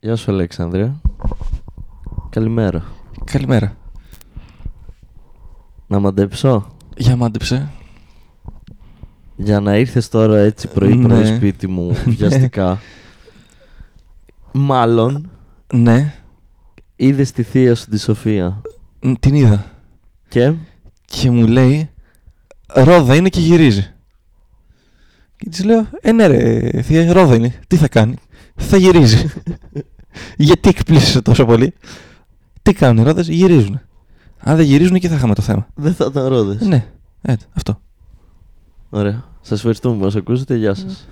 Γεια σου Αλέξανδρε. Καλημέρα. Καλημέρα. Να μαντέψω. Για μάντεψε. Για να ήρθες τώρα έτσι πρωί Ναι. πρωί σπίτι μου βιαστικά. Μάλλον Ναι, είδες τη θεία σου τη Σοφία. ν- την είδα. Και Και μου λέει, ρόδα είναι και γυρίζει. Και της λέω, ε ναι ρε θεία, ρόδα είναι. Τι θα κάνει. Θα γυρίζει. Γιατί εκπλήσεσαι τόσο πολύ. Τι κάνουν οι ρόδες, γυρίζουν. Αν δεν γυρίζουν και θα είχαμε το θέμα. δεν θα ήταν ρόδες. Ναι, έτσι, αυτό. Ωραία. Σας ευχαριστούμε που μας ακούσατε. Γεια σας.